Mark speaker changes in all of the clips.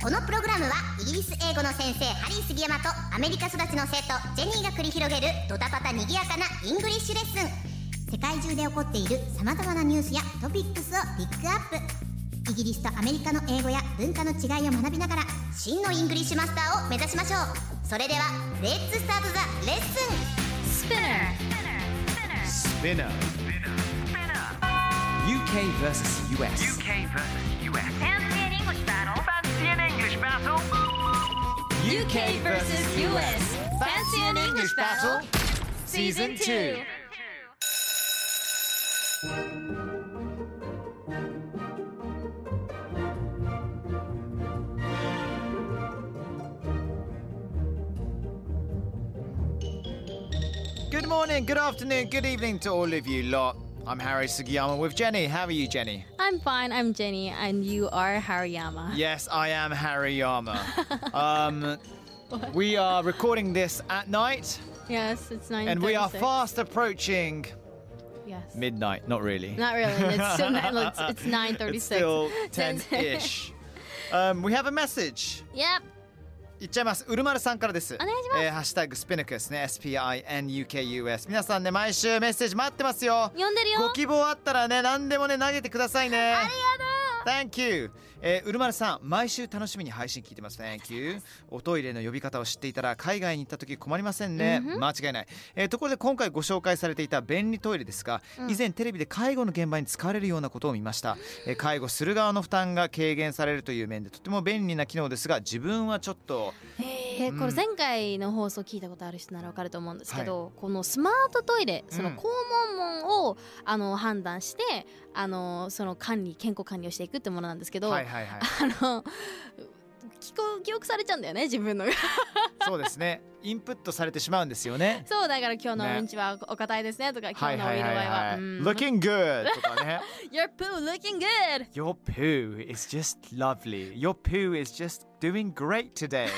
Speaker 1: このプログラムはイギリス英語の先生ハリー杉山とアメリカ育ちの生徒ジェニーが繰り広げるドタパタにぎやかなイングリッシュレッスン世界中で起こっているさまざまなニュースやトピックスをピックアップイギリスとアメリカの英語や文化の違いを学びながら真のイングリッシュマスターを目指しましょうそれではレッツスタートザレッスン
Speaker 2: Spinner. UK versus US.
Speaker 3: UK versus US. Fancy an English battle. Fancy an English battle.
Speaker 2: UK versus US.
Speaker 3: Fancy an English battle.
Speaker 2: Season 2. 2. Good morning, good afternoon, good evening to all of you lot. I'm Harry Sugiyama with Jenny. How are you, Jenny?
Speaker 4: I'm fine. I'm Jenny, and you are Hariyama.
Speaker 2: Yes, I am Harry Yama. um, we are recording this at night,
Speaker 4: Yes, it's nine.
Speaker 2: and we are fast approaching
Speaker 4: Yes.
Speaker 2: midnight. Not really.
Speaker 4: Not really. It's still nine. It's, it's nine
Speaker 2: It's
Speaker 4: thirty-six.
Speaker 2: still 10-ish. um, we have a message.
Speaker 4: yep.
Speaker 2: いっちゃいます。うるまるさんからです。お
Speaker 4: 願いします
Speaker 2: えーハッシュタグスピヌクスね。SPINUKUS。皆さんね、毎週メッセージ待ってますよ。
Speaker 4: 読んでるよ
Speaker 2: ご希望あったらね、何でもね、投げてくださいね。Thank you、えー、うるまるさん毎週楽しみに配信聞いてます Thank you おトイレの呼び方を知っていたら海外に行った時困りませんね、間違いない、えーところで今回ご紹介されていた便利トイレですが、以前テレビで介護の現場に使われるようなことを見ました、えー介護する側の負担が軽減されるという面でとても便利な機能ですが自分はちょっと
Speaker 4: えーこれ前回の放送聞いたことある人ならわかると思うんですけど、このスマートトイレその
Speaker 2: うん
Speaker 4: 肛門門を、あの判断してあのその管理健康管理をしていくってものなんですけど、
Speaker 2: はいはいはい
Speaker 4: あの記憶記憶されちゃうんだよね自分のが
Speaker 2: そうですねインプットされてしまうんですよ ね
Speaker 4: そうだから今日の
Speaker 2: ね
Speaker 4: うんちはお硬いですねとか、今
Speaker 2: は
Speaker 4: 日
Speaker 2: い
Speaker 4: の
Speaker 2: は
Speaker 4: お
Speaker 2: い
Speaker 4: 色
Speaker 2: は
Speaker 4: 合
Speaker 2: い
Speaker 4: いは
Speaker 2: は、い
Speaker 4: うん
Speaker 2: Looking good とかね
Speaker 4: Your poo looking good
Speaker 2: Your poo is just lovely. Your poo is just doing great today.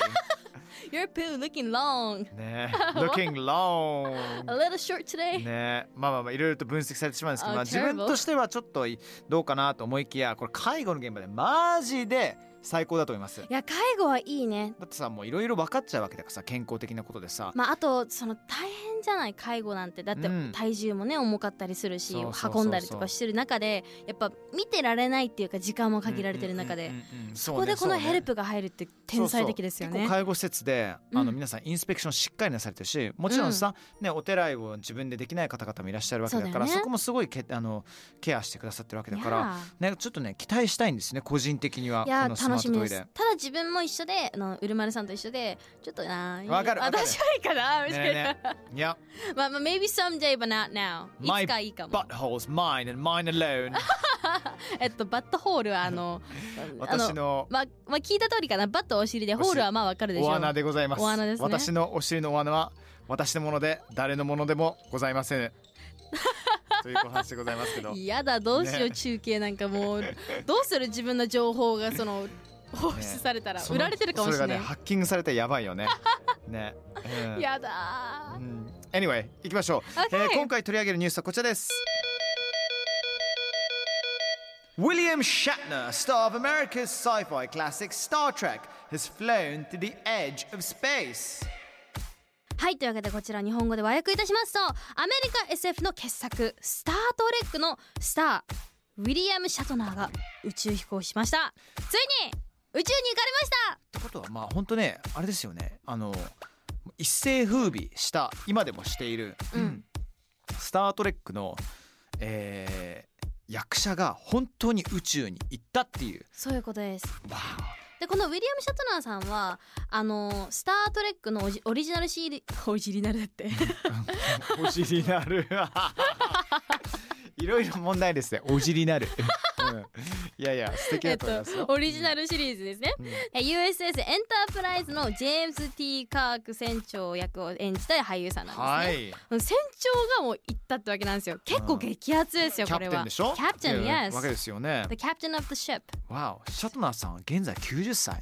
Speaker 4: Your poo looking long.
Speaker 2: ね looking long.
Speaker 4: A little short today.
Speaker 2: ねまあまあまあいろいろと分析されてしまうんですけど、
Speaker 4: Oh,
Speaker 2: まあ、自分
Speaker 4: terrible.
Speaker 2: としてはちょっとどうかなと思いきやこれ介護の現場でマジで最高だと思います。だ
Speaker 4: いや、介護はいいね。
Speaker 2: ってさもういろいろ分かっちゃうわけだからさ健康的なことでさ、
Speaker 4: まあ、あとその大変じゃない介護なんてだって
Speaker 2: うん
Speaker 4: 体重もね重かったりするし、
Speaker 2: そうそうそうそう
Speaker 4: 運んだりとかしてる中でやっぱ見てられないっていうか時間も限られてる中で、
Speaker 2: うんうんうんうん
Speaker 4: ここでこのヘル。
Speaker 2: そうね
Speaker 4: プが入るって天才的ですよ
Speaker 2: そうそう結
Speaker 4: ね
Speaker 2: 構。介護施設であの
Speaker 4: うん
Speaker 2: 皆さんインスペクションしっかりなされてるしもちろんさ、ね、お手洗いを自分でできない方々もいらっしゃるわけだから
Speaker 4: そうだよ
Speaker 2: そ
Speaker 4: ね
Speaker 2: こもすごいけあのケアしてくださってるわけだか
Speaker 4: い
Speaker 2: ら
Speaker 4: や。
Speaker 2: ね、ちょっとね期待したいんですね個人的にはい
Speaker 4: や
Speaker 2: このスマ
Speaker 4: 楽
Speaker 2: ー
Speaker 4: し
Speaker 2: ト
Speaker 4: み
Speaker 2: ト
Speaker 4: で
Speaker 2: イ
Speaker 4: す
Speaker 2: レ
Speaker 4: た。だ自分も一緒であのうるまるさんと一緒でちょっとな
Speaker 2: わかるわかる
Speaker 4: 私はいいかなみたいな、
Speaker 2: ねえねえいや
Speaker 4: まあまあ maybe someday but not now い
Speaker 2: My
Speaker 4: つかいいかも
Speaker 2: buttholes mine and mine alone
Speaker 4: えっとバットホールは あのあ
Speaker 2: 私の
Speaker 4: まあ、まあ、聞いた通りかなバットはお尻でホールはまあわかるでしょう
Speaker 2: お穴でございます
Speaker 4: お穴ですね
Speaker 2: 私のお尻のお穴は私のもので誰のものでもございま せんというお話でございますけど
Speaker 4: 嫌だどうしよう、
Speaker 2: ね
Speaker 4: 中継なんかも うどうする自分の情報がその放出されたら、
Speaker 2: そ
Speaker 4: 売
Speaker 2: の
Speaker 4: られてるかもし
Speaker 2: そ
Speaker 4: れ
Speaker 2: れが
Speaker 4: ない、
Speaker 2: ねハッキングされたらやばいよ ねね、うん
Speaker 4: やだ
Speaker 2: う
Speaker 4: ー
Speaker 2: ん Anyway 行きましょう、
Speaker 4: Okay
Speaker 2: えー今回取り上げるニュースはこちらです William Shatner, star of America's sci-fi classic Star Trek, has flown to the edge of space.
Speaker 4: はいというわけでこちら日本語で和訳いたしますとアメリカ SF の傑作「スター・トレック」のスターウィリアム・シャトナーが宇宙飛行しましたついに宇宙に行かれました
Speaker 2: ってことはまあ本当ねあれですよねあの一世風靡した今でもしている、
Speaker 4: うん
Speaker 2: スター・トレック」の、えー役者が本当に宇宙に行ったっていう。
Speaker 4: そういうことです
Speaker 2: わ
Speaker 4: でこのウィリアム・シャトナーさんはあのスター・トレックのオジオリジナルシリ オリジナルだって
Speaker 2: お尻 なるいろいろ問題ですねお尻なる、うんいやいや、素敵
Speaker 4: えっ
Speaker 2: だと思いま
Speaker 4: と
Speaker 2: すよ、
Speaker 4: オリジナルシリーズですね、
Speaker 2: うん
Speaker 4: え USS エンタープライズのジェームズ・ T ・カーク船長役を演じた俳優さんなんですね、
Speaker 2: はい。
Speaker 4: 船長がもう行ったってわけなんですよ結構激アツですよ
Speaker 2: キャ
Speaker 4: これ
Speaker 2: プテン
Speaker 4: は
Speaker 2: でしょ
Speaker 4: キャプテン
Speaker 2: いや
Speaker 4: yes
Speaker 2: わけですよね
Speaker 4: The。captain of the ship
Speaker 2: わお、シャトナーさんは現在90歳。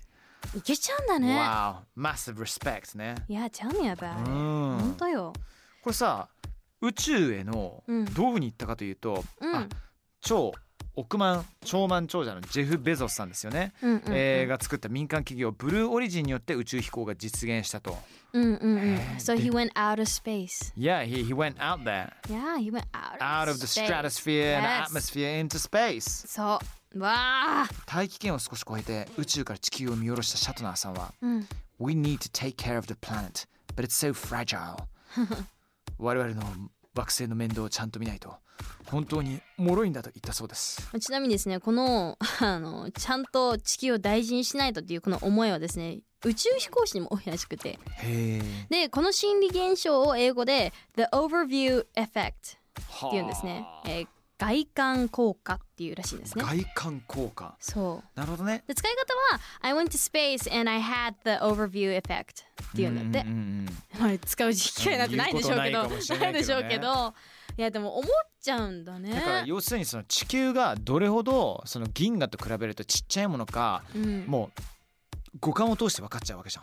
Speaker 4: いけちゃうんだね
Speaker 2: わお、massive respect ね。
Speaker 4: いや tell me
Speaker 2: う
Speaker 4: about it
Speaker 2: ん
Speaker 4: 本当よ
Speaker 2: これさ、宇宙への
Speaker 4: うん
Speaker 2: どういうふうに行ったかというと、
Speaker 4: うん
Speaker 2: あ超億万超万長者のジェフ・ベゾスさんですよね、
Speaker 4: うんうんうん
Speaker 2: えーが作った民間企業ブルーオリジンによって宇宙飛行が実現したと。
Speaker 4: うんうんうん So
Speaker 2: で
Speaker 4: he went out of space
Speaker 2: Yeah, he, he went out there,
Speaker 4: Yeah he went out of,
Speaker 2: out of the
Speaker 4: space.
Speaker 2: stratosphere and
Speaker 4: Yes.
Speaker 2: atmosphere into space.
Speaker 4: そうわあ
Speaker 2: 大気圏を少し越えて宇宙から地球を見下ろしたシャトナーさんは、
Speaker 4: うん
Speaker 2: We need to take care of the planet, but it's so fragile. 我々の惑星の面倒をちゃんと見ないと本当に脆いんだと言ったそうです。
Speaker 4: ちなみにですねこの あのちゃんと地球を大事にしないとっていうこの思いはですね宇宙飛行士にも多いらしく
Speaker 2: へ
Speaker 4: て
Speaker 2: え。
Speaker 4: でこの心理現象を英語で The Overview Effect
Speaker 2: はあ
Speaker 4: っていうんですね、えー外観効果っていうらしいんですね
Speaker 2: 外観効果。
Speaker 4: そう
Speaker 2: なるほどね。
Speaker 4: で使い方は I went to space and I had the overview effect っていうんだって
Speaker 2: うんうんうん
Speaker 4: まあ使う機会なんてないでしょうけ
Speaker 2: 言うことないか
Speaker 4: ど
Speaker 2: もしれ
Speaker 4: な
Speaker 2: ないいけどね
Speaker 4: でしょうけどいやでも思っちゃうんだね
Speaker 2: だから要するにその地球がどれほどその銀河と比べるとちっちゃいものか
Speaker 4: うん、
Speaker 2: もう五感を通して分かっちゃうわけじゃ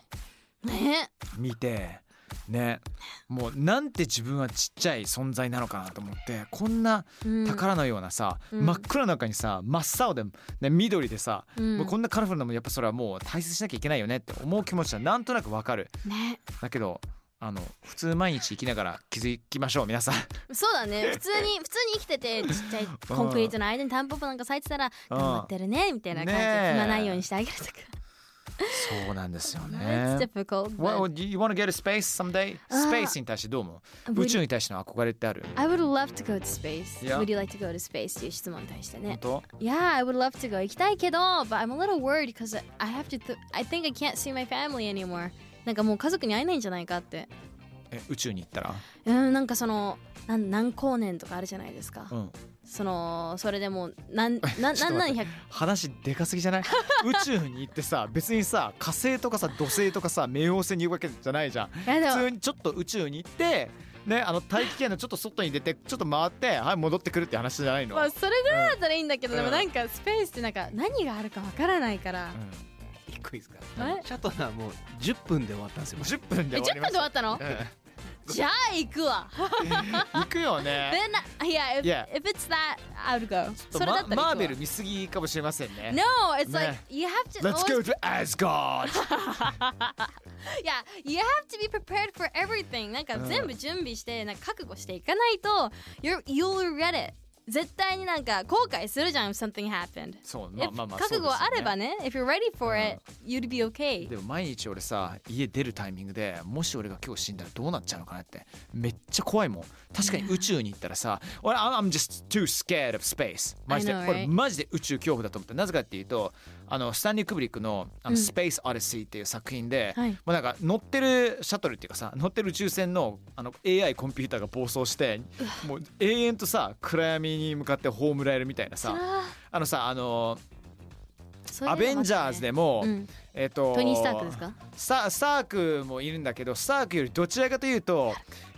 Speaker 2: ん。
Speaker 4: ね
Speaker 2: 見てねもうなんて自分はちっちゃい存在なのかなと思ってこんな
Speaker 4: うん
Speaker 2: 宝のようなさ、
Speaker 4: うん
Speaker 2: 真っ暗の中にさ真っ青で、ね、緑でさ、
Speaker 4: うん
Speaker 2: もうこんなカラフルなもんやっぱそれはもう大切にしなきゃいけないよねって思う気持ちはなんとなくわかる
Speaker 4: ね
Speaker 2: だけどあの普通毎日生きながら気づきましょう皆さん
Speaker 4: そうだ ね普通に普通に生きててちっちゃいコンクリートの間にタンポポなんか咲いてたら頑張ってるねみたいな感じで
Speaker 2: ねえ
Speaker 4: 踏まないようにしてあげるとか
Speaker 2: そうなんですよ
Speaker 4: It's
Speaker 2: ね
Speaker 4: difficult
Speaker 2: What,
Speaker 4: but
Speaker 2: would you want to get to space someday?
Speaker 4: あー
Speaker 2: Space に対してどう思う
Speaker 4: Would-
Speaker 2: 宇宙に対しての憧れってある
Speaker 4: I would love to go to space
Speaker 2: Yeah.
Speaker 4: Would you like to go to space っていう質問に対してね
Speaker 2: 本当
Speaker 4: Yeah, I would love to go. 行きたいけど、but I'm a little worried because I have to. Th- I think I can't see my family anymore. なんかもう家族に会えないんじゃないかって。
Speaker 2: え宇宙に行ったら、
Speaker 4: うん、なんかそのなん何光年とかあるじゃないですか
Speaker 2: う。ん、
Speaker 4: そのそれでもう 何何
Speaker 2: ちょっと待
Speaker 4: 何何
Speaker 2: って
Speaker 4: 百。
Speaker 2: 話でかすぎじゃ ない宇宙に行ってさ別にさ火星とかさ土星とかさ冥王星に行くわけじゃないじゃん
Speaker 4: いやで
Speaker 2: 普
Speaker 4: も
Speaker 2: 通にちょっと宇宙に行ってねあの大気圏のちょっと外に出てちょっと回ってはい戻ってくるって話じゃないの、
Speaker 4: まあそれぐらいだったらいいんだけど、
Speaker 2: うん
Speaker 4: でもなんかスペースってなんか何があるかわからないから。
Speaker 2: う
Speaker 5: 一個いいですか
Speaker 4: はい
Speaker 5: シャトナーもう10分で終わったんですよ
Speaker 2: ん、10分
Speaker 4: え
Speaker 2: で
Speaker 4: 10
Speaker 2: 終わり
Speaker 4: 分で
Speaker 2: ま
Speaker 4: 終
Speaker 2: し
Speaker 4: わったの
Speaker 2: た、？
Speaker 4: じゃあ行くわ。
Speaker 2: うん、行く よね
Speaker 4: Then yeah, if,
Speaker 2: Yeah.
Speaker 4: if it's that, I would go.
Speaker 2: ちょ
Speaker 4: そ
Speaker 2: っと
Speaker 4: れだ
Speaker 2: マ
Speaker 4: ったら行くわ。
Speaker 2: マーベル見すぎかもしれませんね
Speaker 4: No, it's like
Speaker 2: ね
Speaker 4: you have to.
Speaker 2: Let's
Speaker 4: always
Speaker 2: go to Asgard!
Speaker 4: Yeah, you have to be prepared for everything. なんか
Speaker 2: うん
Speaker 4: 全部準備して、なんか覚悟していかないと、you're, you'll regret it. 絶対になんか後悔するじゃん、if something happened.
Speaker 2: そう、まあ
Speaker 4: If
Speaker 2: まあまあ、
Speaker 4: 覚
Speaker 2: そう
Speaker 4: 悟
Speaker 2: ですよ
Speaker 4: あればね、if you're ready for it, you'd be
Speaker 2: ね
Speaker 4: okay.
Speaker 2: でも毎日俺さ、家出るタイミングでもし俺が今日死んだらどうなっちゃうのかなってめっちゃ怖いもん。確かに宇宙に行ったらさ、俺、I'm just too scared of space. マジで、
Speaker 4: I know, right?
Speaker 2: 俺マジで宇宙恐怖だと思った。なぜかっていうと、あの、スタンリー・クブリックのあの、Space Odyssey っていう作品で、
Speaker 4: はい
Speaker 2: もうなんか乗ってるシャトルっていうかさ、乗ってる宇宙船のあの AI コンピューターが暴走して、もう永遠とさ、暗闇に向かって葬られるみたいなさ、あのさ、あの、
Speaker 4: そういう
Speaker 2: ア
Speaker 4: のもあってね
Speaker 2: ベンジャーズでも、
Speaker 4: うん
Speaker 2: えっ、と
Speaker 4: トニー・スタークですか
Speaker 2: スタスタークもいるんだけどスタークよりどちらかというと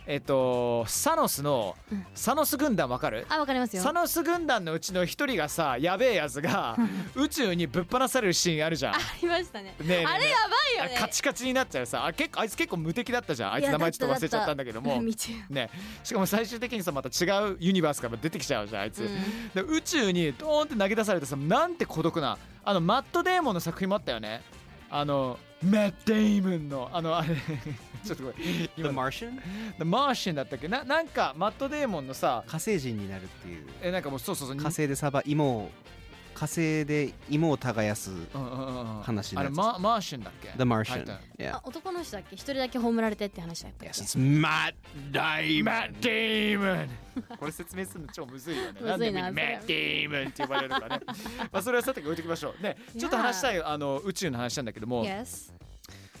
Speaker 2: えっ、とサノスの、サノス軍団わかる
Speaker 4: あ、わかりますよ
Speaker 2: サ。ノス軍団のうちの一人がさやべえやつが宇宙にぶっ放されるシーンあるじゃん。
Speaker 4: ありましたね。
Speaker 2: えねえねえ
Speaker 4: あれやば
Speaker 2: あ
Speaker 4: いよ
Speaker 2: れ
Speaker 4: ね。
Speaker 2: カチカチになっちゃうさあ結構あいつ結構無敵だったじゃんあい
Speaker 4: い
Speaker 2: つ
Speaker 4: や
Speaker 2: 名前ちょっと忘れちゃったんだけども
Speaker 4: 見てよ
Speaker 2: ね、しかも最終的にさまた違うユニバースから出てきちゃうじゃんあいつ、
Speaker 4: うん
Speaker 2: で宇宙にドーンって投げ出されてさなんて孤独なあのマット・デーモンの作品もあったよねあのマット・デーモンのあのあれ ちょっとごめん
Speaker 5: The
Speaker 2: 今
Speaker 5: Martian?
Speaker 2: マーシンだったっけななんかマット・デーモンのさ
Speaker 5: 火星人になるっていう
Speaker 2: えなんかもうそうそうそう
Speaker 5: 火星でサバ芋を火星で芋を耕す
Speaker 2: うんうんうんうん
Speaker 5: 話の
Speaker 2: あ
Speaker 5: やつ
Speaker 2: れママーシンだっけ
Speaker 5: The
Speaker 2: タイ
Speaker 5: Martian
Speaker 2: トル
Speaker 5: Yeah
Speaker 4: あ男の人だっけ一人だけ葬られてって話だったっけ
Speaker 5: Yes, it's Matt
Speaker 2: マッ
Speaker 5: Damon
Speaker 2: ト・デーモン これ説明するの超むずいよね。
Speaker 4: むずいな
Speaker 2: なんでみんマット・デーモンって呼ばれるのか ね。まあそれはさておき置いておきましょう。ね、ちょっと話したいあの宇宙の話なんだけども、
Speaker 4: Yes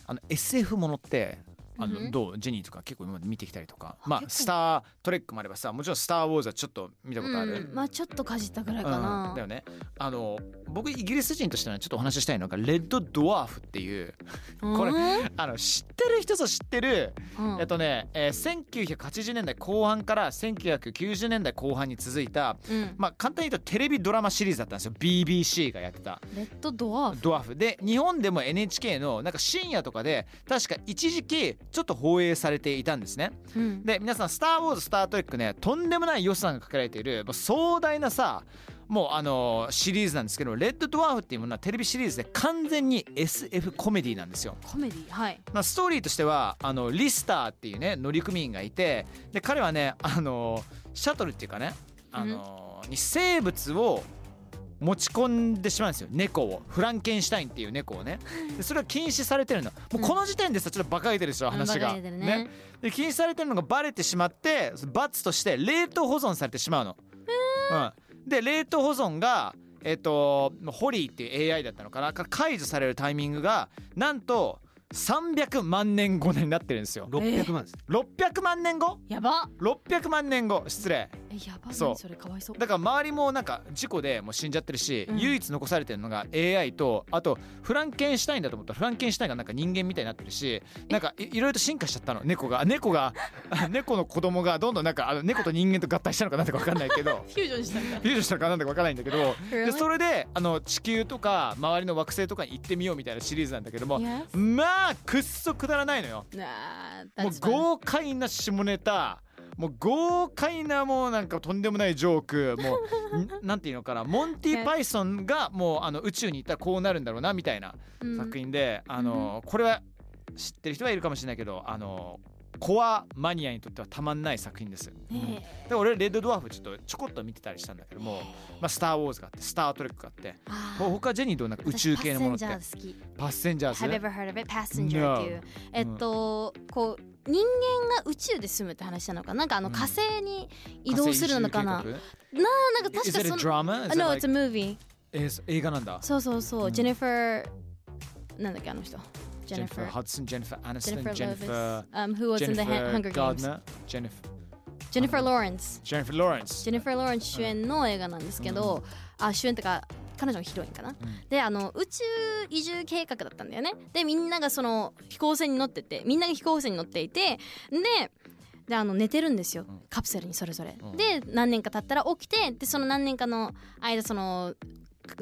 Speaker 2: あの SF ものってあの、
Speaker 4: うん
Speaker 2: どうジェニーとか結構今まで見てきたりとか
Speaker 4: あ
Speaker 2: まあ
Speaker 4: 結構
Speaker 2: スター・トレックもあればさもちろん「スター・ウォーズ」はちょっと見たことある、
Speaker 4: うん、まあちょっとかじったぐらいかな、
Speaker 2: うんだよねあの僕イギリス人としてはちょっとお話ししたいのがレッドドワーフっていうこれ
Speaker 4: うん
Speaker 2: あの知ってる人ぞ知ってる、
Speaker 4: うん
Speaker 2: えっとね、えー1980年代後半から1990年代後半に続いた
Speaker 4: うん
Speaker 2: まあ簡単に言うとテレビドラマシリーズだったんですよ BBC がやってた
Speaker 4: レッドドワーフ
Speaker 2: ドワーフで日本でも NHK のなんか深夜とかで確か一時期ちょっと放映されていたんですね
Speaker 4: うん
Speaker 2: で皆さん「スター・ウォーズ」「スター・トレックね」とんでもない予算がかけられているもう壮大なさもうあのーシリーズなんですけど「レッド・ドワーフ」っていうものはテレビシリーズで完全に SF コメディなんですよ。
Speaker 4: コメディはい
Speaker 2: まあ、ストーリーとしてはあのリスターっていうね乗組員がいてで彼はねあのシャトルっていうかねあの、に生物を持ち込んでしまうんですよ猫をフランケンシュタインっていう猫を ねでそれは禁止されてるのもうこの時点でさちょっとバカげてるでしょ話が、
Speaker 4: うん馬鹿げてるね
Speaker 2: で禁止されてるのがバレてしまってその罰として冷凍保存されてしまうの、うん、で冷凍保存がえっ、とホリーっていう AI だったのかなから解除されるタイミングがなんと300万年後になってるんですよ
Speaker 5: 600万です、
Speaker 2: 600万年後
Speaker 4: やば
Speaker 2: ?600 万年後失礼
Speaker 4: えやばい
Speaker 2: そう
Speaker 4: そそれかわいそう
Speaker 2: だから周りもなんか事故でもう死んじゃってるし、
Speaker 4: うん
Speaker 2: 唯一残されてるのが AI とあとフランケンシュタインだと思ったらフランケンシュタインがなんか人間みたいになってるしなんかいいろいろと進化しちゃったの猫が猫が 猫の子供がどんどんなんかあの猫と人間と合体したのかなんだか分かんないけど
Speaker 4: フュージョンしたんだ
Speaker 2: フュージョンしたのかなんだか分かんないんだけどで
Speaker 4: Really？
Speaker 2: それであの地球とか周りの惑星とかに行ってみようみたいなシリーズなんだけども
Speaker 4: Yes
Speaker 2: まあくっそくだらないのよ。
Speaker 4: なあ
Speaker 2: もう
Speaker 4: that's fun
Speaker 2: 豪快な下ネタもう豪快なもうなんかとんでもないジョークもう んなんていうのかなモンティ・パイソンがもうあの宇宙に行ったらこうなるんだろうなみたいな
Speaker 4: うん
Speaker 2: 作品で、あのこれは知ってる人はいるかもしれないけどあのコアマニアにとってはたまんない作品です。
Speaker 4: ね
Speaker 2: で俺レッドドワーフちょっとちょこっと見てたりしたんだけども、まあ、スター・ウォーズがあってスター・トレックがあって
Speaker 4: あー
Speaker 2: 他ジェニーどんな宇宙系のものって
Speaker 4: 私パッセンジャー
Speaker 2: パッセンジャー
Speaker 4: 好き
Speaker 2: ズ
Speaker 4: Have you ever heard of it? Passenger っていう
Speaker 2: No
Speaker 4: えっとこう人間が宇宙で住むって話なのかななんかあの
Speaker 2: うん
Speaker 4: 火星に移動するのか
Speaker 2: 火
Speaker 4: な、
Speaker 2: 星移住
Speaker 4: なんか確
Speaker 2: 計画 Is
Speaker 4: か
Speaker 2: it a
Speaker 4: その
Speaker 2: drama? Is it
Speaker 4: No,
Speaker 2: like-
Speaker 4: it's a movie
Speaker 2: えーそ映画なんだ。
Speaker 4: そうそうそう、
Speaker 2: うん
Speaker 4: ジェニファーなんだっけあの人
Speaker 2: ジ
Speaker 4: ジ
Speaker 2: ェ
Speaker 4: ェニ
Speaker 2: ニ
Speaker 4: フ
Speaker 2: フ
Speaker 4: ァ
Speaker 2: ァー・
Speaker 4: ー
Speaker 2: ハ d ソン、ジェニファー・アニス
Speaker 4: ジェ
Speaker 2: ト
Speaker 4: ニ
Speaker 2: ン、
Speaker 4: ファ
Speaker 2: ジェニフ
Speaker 4: ー・
Speaker 2: ァー
Speaker 4: Lovis、um, who was in the Ha- Hunger
Speaker 2: ー・ガー
Speaker 4: Games
Speaker 2: ナー、ジェニファー・
Speaker 4: ジェニファー・ローレンス
Speaker 2: ジェニファー・ローレンス
Speaker 4: ジェ。ニファー・ローレンス主演の映画なんですけど、あ主演ってか彼女のヒロインかな、であの宇宙移住計画だったんだよねでみんながその飛行船に乗っててみんなが飛行船に乗っていてでであの寝てるんですよ
Speaker 2: うん
Speaker 4: カプセルにそれぞれ、
Speaker 2: うん
Speaker 4: で何年か経ったら起きてでその何年かの間その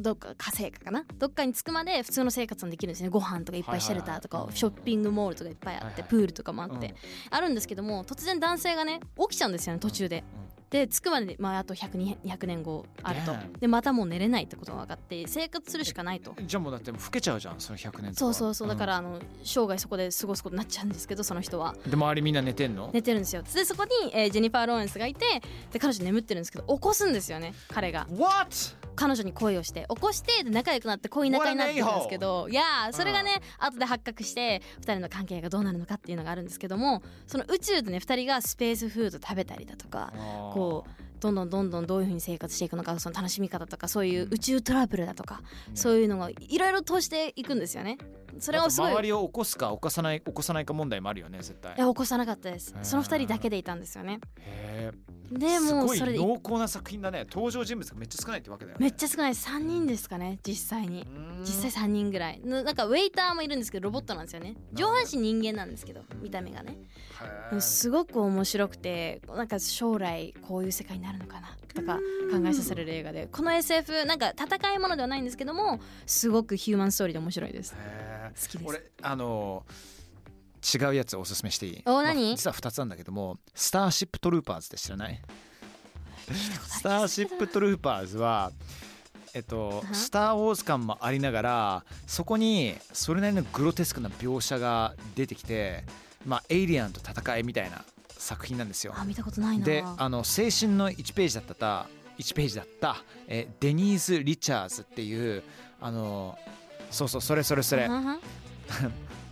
Speaker 4: どっか火星かかなどっかに着くまで普通の生活もできるんですねご飯とかいっぱいシェルターとか、
Speaker 2: はいはいはい
Speaker 4: ショッピングモールとかいっぱいあって、
Speaker 2: はいはい
Speaker 4: プールとかもあって、
Speaker 2: うん
Speaker 4: あるんですけども突然男性がね起きちゃうんですよね途中で、で着くまでに、まあ、あと100 200年後あると
Speaker 2: Damn
Speaker 4: でまたもう寝れないってことが分かって生活するしかないと
Speaker 2: じゃあもうだってもう老けちゃうじゃん、その100年とか
Speaker 4: そうそうそうだか、らあの生涯そこで過ごすことになっちゃうんですけどその人は
Speaker 2: うんで、周りみんな寝てんの
Speaker 4: 寝てるんですよでそこに、えージェニファー・ローレンスがいてで彼女眠ってるんですけど起こすんですよね彼が
Speaker 2: What?
Speaker 4: 彼女に恋をして起こしてで仲良くなって恋仲になってるんですけどいやーそれがね後で発覚して2人の関係がどうなるのかっていうのがあるんですけどもその宇宙でね2人がスペースフード食べたりだとかこうどんどんどんどんどういうふうに生活していくのかその楽しみ方とかそういう宇宙トラブルだとか、そういうのがいろいろ通していくんですよね。そ
Speaker 2: そ
Speaker 4: れをすごい
Speaker 2: 周りを起こすか起こさない、起こさないか問題もあるよね、絶対
Speaker 4: い。や起こさなかったです
Speaker 2: へ。ー
Speaker 4: その二人だけでいたんですよね。
Speaker 2: へ
Speaker 4: で
Speaker 2: え。す
Speaker 4: もう
Speaker 2: ごい
Speaker 4: それで
Speaker 2: 濃厚な作品だね。登場人物がめっちゃ少ないってわけだよね。
Speaker 4: めっちゃ少ない3人ですかね実際に
Speaker 2: う。ーん
Speaker 4: 実際3人ぐらいななんかウェイターもいるんですけどロボットなんですよね上半身人間なんですけど見た目がね
Speaker 2: へ
Speaker 4: でもすごく面白くてなんか将来こういう世界になるのかなとか考えさせられる映画でこの SF なんか戦いものではないんですけどもすごくヒューマンストーリーで面白いです
Speaker 2: え。へえ
Speaker 4: 好きです
Speaker 2: 俺あの違うやつおすすめしていい
Speaker 4: お何
Speaker 2: まあ実は2つなんだけども「スターシップトルーパーズ」って知ら ないスターシップトルーパーズはえっと「
Speaker 4: うん
Speaker 2: スター・ウォーズ」感もありながらそこにそれなりのグロテスクな描写が出てきてまあエイリアンと戦いみたいな作品なんですよ
Speaker 4: あ。見たことないな
Speaker 2: であの青春の1ページだった1ページだった、えデニーズ・リチャーズっていうあのそうそうそれそれそれ
Speaker 4: うんうん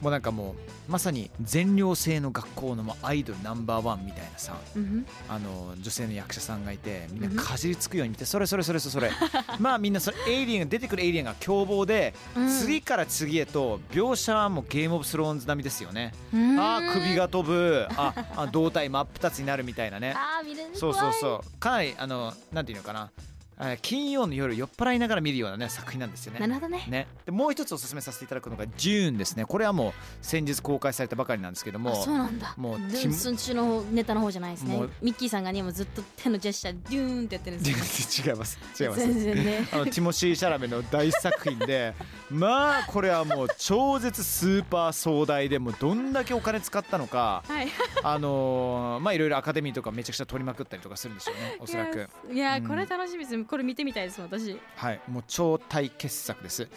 Speaker 2: もうなんかもうまさに全寮制の学校のもうアイドルナンバーワンみたいなさ
Speaker 4: うん
Speaker 2: あの女性の役者さんがいてみ
Speaker 4: うんん
Speaker 2: なかじりつくように見てそれそれそれそれそれ まあみんなそれエイリアンが出てくるエイリアンが凶暴で
Speaker 4: うん
Speaker 2: 次から次へと描写はもうゲームオブスローンズ並みですよね
Speaker 4: うん
Speaker 2: あー首が飛ぶああ胴体真っ二つになるみたいなね
Speaker 4: あー見れる
Speaker 2: そうそう
Speaker 4: う
Speaker 2: そうかなりあのなんていうのかなあー金曜の夜酔っ払いながら見るようなね作品なんですよね
Speaker 4: なるほどね
Speaker 2: ね、でもう一つおすすめさせていただくのが「ジューン」ですねこれはもう先日公開されたばかりなんですけど
Speaker 4: あ
Speaker 2: も
Speaker 4: そうなんだ
Speaker 2: もう
Speaker 4: 全
Speaker 2: キム
Speaker 4: 然そっちのネタの方じゃないですね
Speaker 2: もう
Speaker 4: ミッキーさんがねもうずっと手のジェスチャーデューンってやってるん
Speaker 2: 違
Speaker 4: で
Speaker 2: い
Speaker 4: すよ
Speaker 2: ます違います
Speaker 4: 全然ね
Speaker 2: あのティモシー・シャラメの大作品でまあこれはもう超絶スーパー壮大でもうどんだけお金使ったのか
Speaker 4: はい
Speaker 2: あのーまあいろいろアカデミーとかめちゃくちゃ取りまくったりとかするんでしょうねおそらく
Speaker 4: いやー
Speaker 2: うん
Speaker 4: これ楽しみですこれ見てみたいです私
Speaker 2: はいもう超大傑作です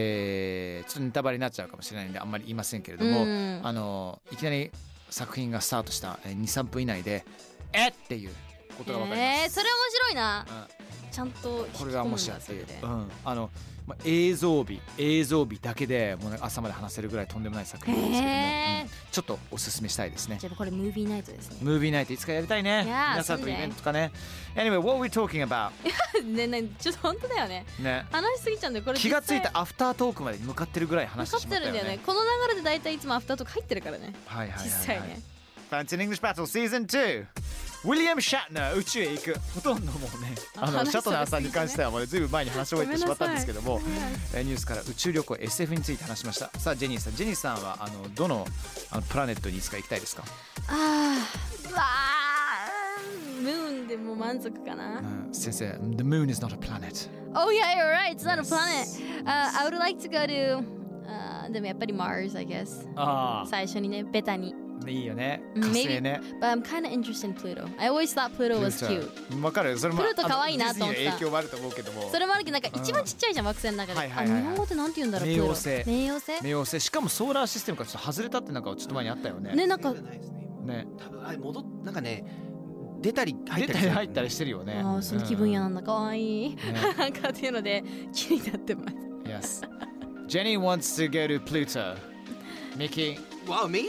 Speaker 2: えー、ちょっとネタバレになっちゃうかもしれないんであんまり言いませんけれども、
Speaker 4: ん
Speaker 2: あのーいきなり作品がスタートした23分以内でえっっていうことが分かります、
Speaker 4: えーそれ面白いな
Speaker 2: うん
Speaker 4: ちゃんと引き込むんだ
Speaker 2: これが面白いっていう
Speaker 4: それ、で
Speaker 2: うん、あの、まあ、映像美映像美だけでもうなんか朝まで話せるぐらいとんでもない作品なんですけども、
Speaker 4: へー
Speaker 2: うんちょっとおすすめしたいですね
Speaker 4: じゃあこれムービーナイトですね
Speaker 2: ムービーナイトいつかやりたいね
Speaker 4: いやー
Speaker 2: 皆さん
Speaker 4: そ
Speaker 2: と
Speaker 4: う
Speaker 2: イ
Speaker 4: ね
Speaker 2: ベントとかね Anyway what we talking about
Speaker 4: ねねちょっと本当だよね
Speaker 2: ね
Speaker 4: 話しすぎちゃうんでこれ
Speaker 2: 気がついた
Speaker 4: 実際
Speaker 2: アフタートークまでに向かってるぐらい話してし
Speaker 4: 分か
Speaker 2: ま
Speaker 4: っ
Speaker 2: ってた
Speaker 4: る
Speaker 2: よ
Speaker 4: んだよね
Speaker 2: ね
Speaker 4: この流れで大体いつもアフターとか入ってるからね
Speaker 2: はいはい
Speaker 4: 実
Speaker 2: はい、
Speaker 4: 際
Speaker 2: はい
Speaker 4: ね、
Speaker 2: Fancy in English Battle Season 2ウィリアム・シャッナー宇宙へ行くほとんどもうね
Speaker 4: あ
Speaker 2: あの
Speaker 4: 話
Speaker 2: シャトナーさんに
Speaker 4: そ
Speaker 2: 関
Speaker 4: れすぎてね
Speaker 2: してはもうねずいぶん前に話を終えてしまったんですけども
Speaker 4: ごめんなさい
Speaker 2: えーニュースから宇宙旅行 SF について話しましたさあジェニーさんジェニーさんはあのどのあのプラネットにいつか行きたいですか、
Speaker 4: あーうわームーンでもう満足かな、
Speaker 2: うん、先生 The moon is not a planet
Speaker 4: Oh yeah, you're right. It's not a planet. Uh, I would like to go to. Uh, でもやっぱり Mars, I guess.
Speaker 2: あ
Speaker 4: 最初にね、ベタに。
Speaker 2: あいいよね
Speaker 4: うん
Speaker 2: 火星ね
Speaker 4: But I'm kind of interested in Pluto. I always thought Pluto was cute.
Speaker 2: わかるそれも
Speaker 4: プルト可愛いなと思った
Speaker 2: あのディズニーの影響もあると思うけども
Speaker 4: それもあるけど、なんか一番ちっちゃいじゃん、惑星の中で。
Speaker 2: はいはいはいはい
Speaker 4: あ日本語ってなんて言うんだろう、
Speaker 2: 冥王星
Speaker 4: Pluto 冥王星
Speaker 2: 冥王星しかもソーラーシステムからちょっと外れたってなんかちょっと前にあったよね
Speaker 4: ね、なんか、
Speaker 5: ないですね今
Speaker 2: ね
Speaker 5: 多分あれ戻っなんかね出たり入
Speaker 2: 出
Speaker 5: った
Speaker 2: た
Speaker 5: り
Speaker 2: り入ったり
Speaker 5: し
Speaker 2: してるよね
Speaker 4: ああ、その気分やなんだ、かわいい。
Speaker 2: うんね
Speaker 4: なんかっていうので、気になってます。
Speaker 2: Yes Jenny wants to go to Pluto Mickey
Speaker 5: て Wow me?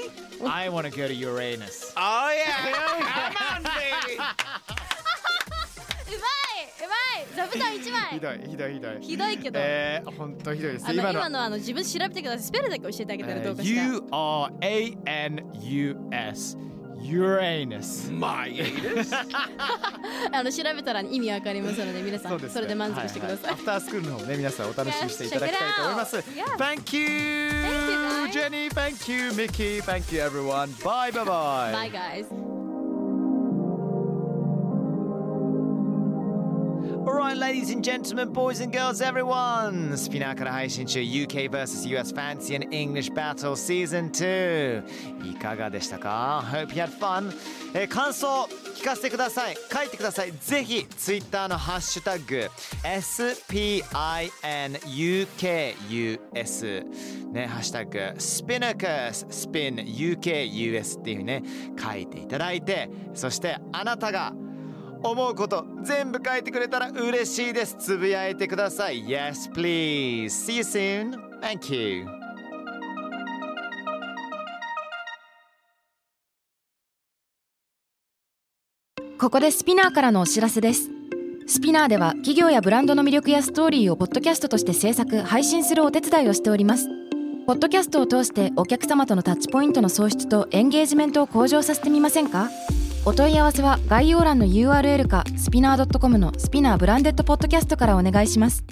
Speaker 2: I want to go to Uranus
Speaker 5: Oh yeah! Come on baby!
Speaker 4: うまい、うまい、座布団一枚。
Speaker 2: どいひどいひどい
Speaker 4: ひどいけど。
Speaker 2: えー、本当ひどいです
Speaker 4: あの今
Speaker 2: 今
Speaker 4: の
Speaker 2: の
Speaker 4: あの自分で調べてください。スペルだけ教えてあげたらどうかしら。
Speaker 2: U R A N U S Uranus
Speaker 5: My anus!
Speaker 4: あの調べたら意味わかりますので皆さんそ,、れで満足してください。
Speaker 2: アフタースクールの方ね皆さんお楽しみにしていただきたいと思います
Speaker 4: Yes, check it out.
Speaker 2: Thank you
Speaker 4: Thank you,
Speaker 2: Jenny Thank you Mickey Thank you everyone Bye bye bye
Speaker 4: Bye guys.
Speaker 2: Alright, ladies and gentlemen, boys and girls, everyone! スピナーから配信中 UK vs.US Fancy and English Battle Season 2いかがでしたか ?Hope you had fun! えー感想聞かせてください書いてくださいぜひ Twitter のハッシュタグ SPINUKUS ね、ハッシュタグ SPINUKUS SPINUKUS っていうふうにね書いていただいてそしてあなたが思うこと全部書いてくれたら嬉しいですつぶやいてください Yes please See you soon Thank you
Speaker 6: Podcast ここでスピナーからのお知らせですスピナーでは企業やブランドの魅力やストーリーをポッドキャストとして制作配信するお手伝いをしておりますポッドキャストを通してお客様とのタッチポイントの創出とエンゲージメントを向上させてみませんかお問い合わせは概要欄の URL かスピナー .com のスピナーブランデッドポッドキャストからお願いします